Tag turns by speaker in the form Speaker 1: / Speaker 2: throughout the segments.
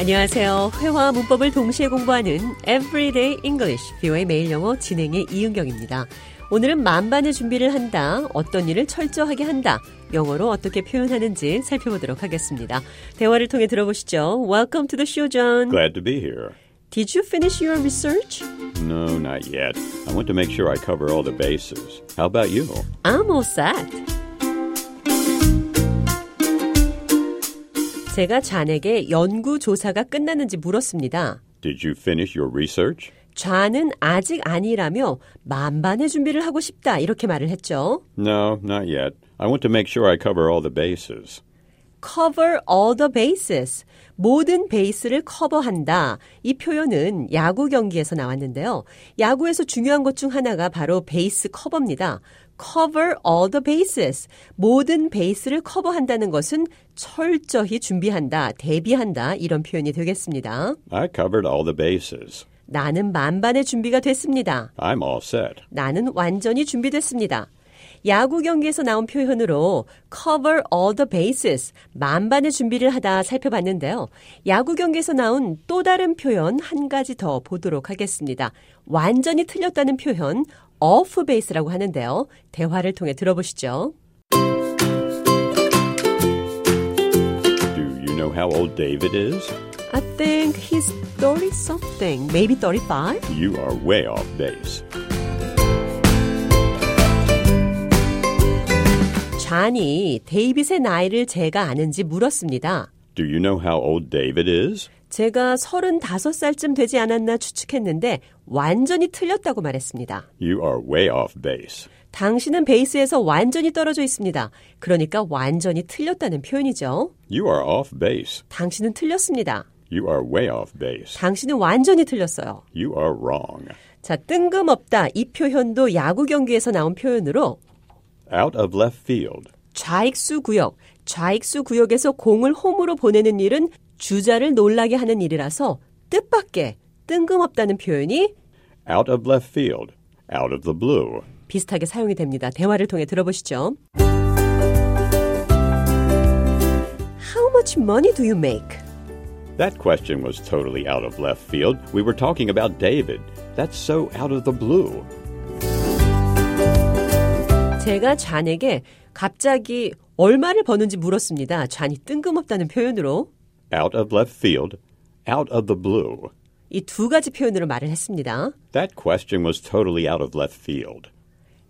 Speaker 1: 안녕하세요. 회화와 문법을 동시에 공부하는 Everyday English, 비오의 매일 영어 진행의 이은경입니다. 오늘은 만반의 준비를 한다, 어떤 일을 철저하게 한다, 영어로 어떻게 표현하는지 살펴보도록 하겠습니다. 대화를 통해 들어보시죠. Welcome to the show, John.
Speaker 2: Glad to be here.
Speaker 1: Did you finish your research?
Speaker 2: No, not yet. I want to make sure I cover all the bases. How about you?
Speaker 1: I'm all set. 제가 잔에게 연구 조사가 끝났는지 물었습니다.
Speaker 2: Did you finish your research?
Speaker 1: 좌는 아직 아니라며 만반의 준비를 하고 싶다 이렇게 말을 했죠.
Speaker 2: No, not yet. I want to make sure I cover all the bases.
Speaker 1: cover all the bases. 모든 베이스를 커버한다. 이 표현은 야구 경기에서 나왔는데요. 야구에서 중요한 것 중 하나가 바로 베이스 커버입니다. cover all the bases. 모든 베이스를 커버한다는 것은 철저히 준비한다, 대비한다 이런 표현이 되겠습니다.
Speaker 2: I covered all the bases.
Speaker 1: 나는 만반의 준비가 됐습니다.
Speaker 2: I'm all set.
Speaker 1: 나는 완전히 준비됐습니다. 야구 경기에서 나온 표현으로 cover all the bases, 만반의 준비를 하다 살펴봤는데요. 야구 경기에서 나온 또 다른 표현 한 가지 더 보도록 하겠습니다. 완전히 틀렸다는 표현 off base라고 하는데요. 대화를 통해 들어보시죠.
Speaker 2: Do you know how old David is?
Speaker 1: I think he's 30 something, maybe 35.
Speaker 2: You are way off base.
Speaker 1: 좌니 데이빗의 나이를 제가 아는지 물었습니다.
Speaker 2: Do you know how old David is?
Speaker 1: 제가 35살쯤 되지 않았나 추측했는데 완전히 틀렸다고 말했습니다.
Speaker 2: You are way off base.
Speaker 1: 당신은 베이스에서 완전히 떨어져 있습니다. 그러니까 완전히 틀렸다는 표현이죠.
Speaker 2: You are off base.
Speaker 1: 당신은 틀렸습니다.
Speaker 2: You are way off base.
Speaker 1: 당신은 완전히 틀렸어요.
Speaker 2: You are wrong.
Speaker 1: 자, 뜬금없다. 이 표현도 야구 경기에서 나온 표현으로
Speaker 2: Out of left field.
Speaker 1: 좌익수 구역, 좌익수 구역에서 공을 홈으로 보내는 일은 주자를 놀라게 하는 일이라서 뜻밖의 뜬금없다는 표현이
Speaker 2: Out of left field. Out of the blue.
Speaker 1: 비슷하게 사용이 됩니다. 대화를 통해 들어보시죠. How much money do you make?
Speaker 2: That question was totally out of left field. We were talking about David. That's so out of the blue.
Speaker 1: 제가 잔에게 갑자기 얼마를 버는지 물었습니다. 잔이 뜬금없다는 표현으로
Speaker 2: Out of left field. Out of the blue.
Speaker 1: 이 두 가지 표현으로 말을 했습니다.
Speaker 2: That question was totally out of left field.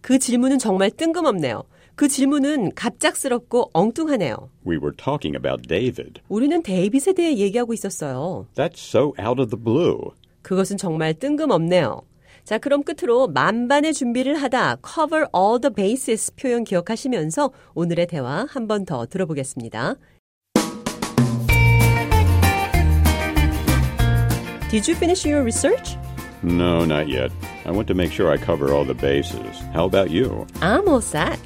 Speaker 1: 그 질문은 정말 뜬금없네요. 그 질문은 갑작스럽고 엉뚱하네요.
Speaker 2: We were talking about David.
Speaker 1: 우리는 데이빗에 대해 얘기하고 있었어요.
Speaker 2: That's so out of the blue.
Speaker 1: 그것은 정말 뜬금없네요. 자, 그럼 끝으로 만반의 준비를 하다 cover all the bases 표현 기억하시면서 오늘의 대화 한 번 더 들어보겠습니다. Did you finish your research?
Speaker 2: No, not yet. I want to make sure I cover all the bases. How about you?
Speaker 1: I'm all set.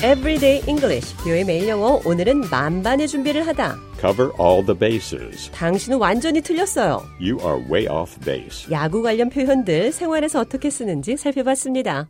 Speaker 1: Everyday English, 뷰의 매일 영어. 오늘은 만반의 준비를 하다.
Speaker 2: Cover all the bases.
Speaker 1: 당신은 완전히 틀렸어요.
Speaker 2: You are way off base.
Speaker 1: 야구 관련 표현들 생활에서 어떻게 쓰는지 살펴봤습니다.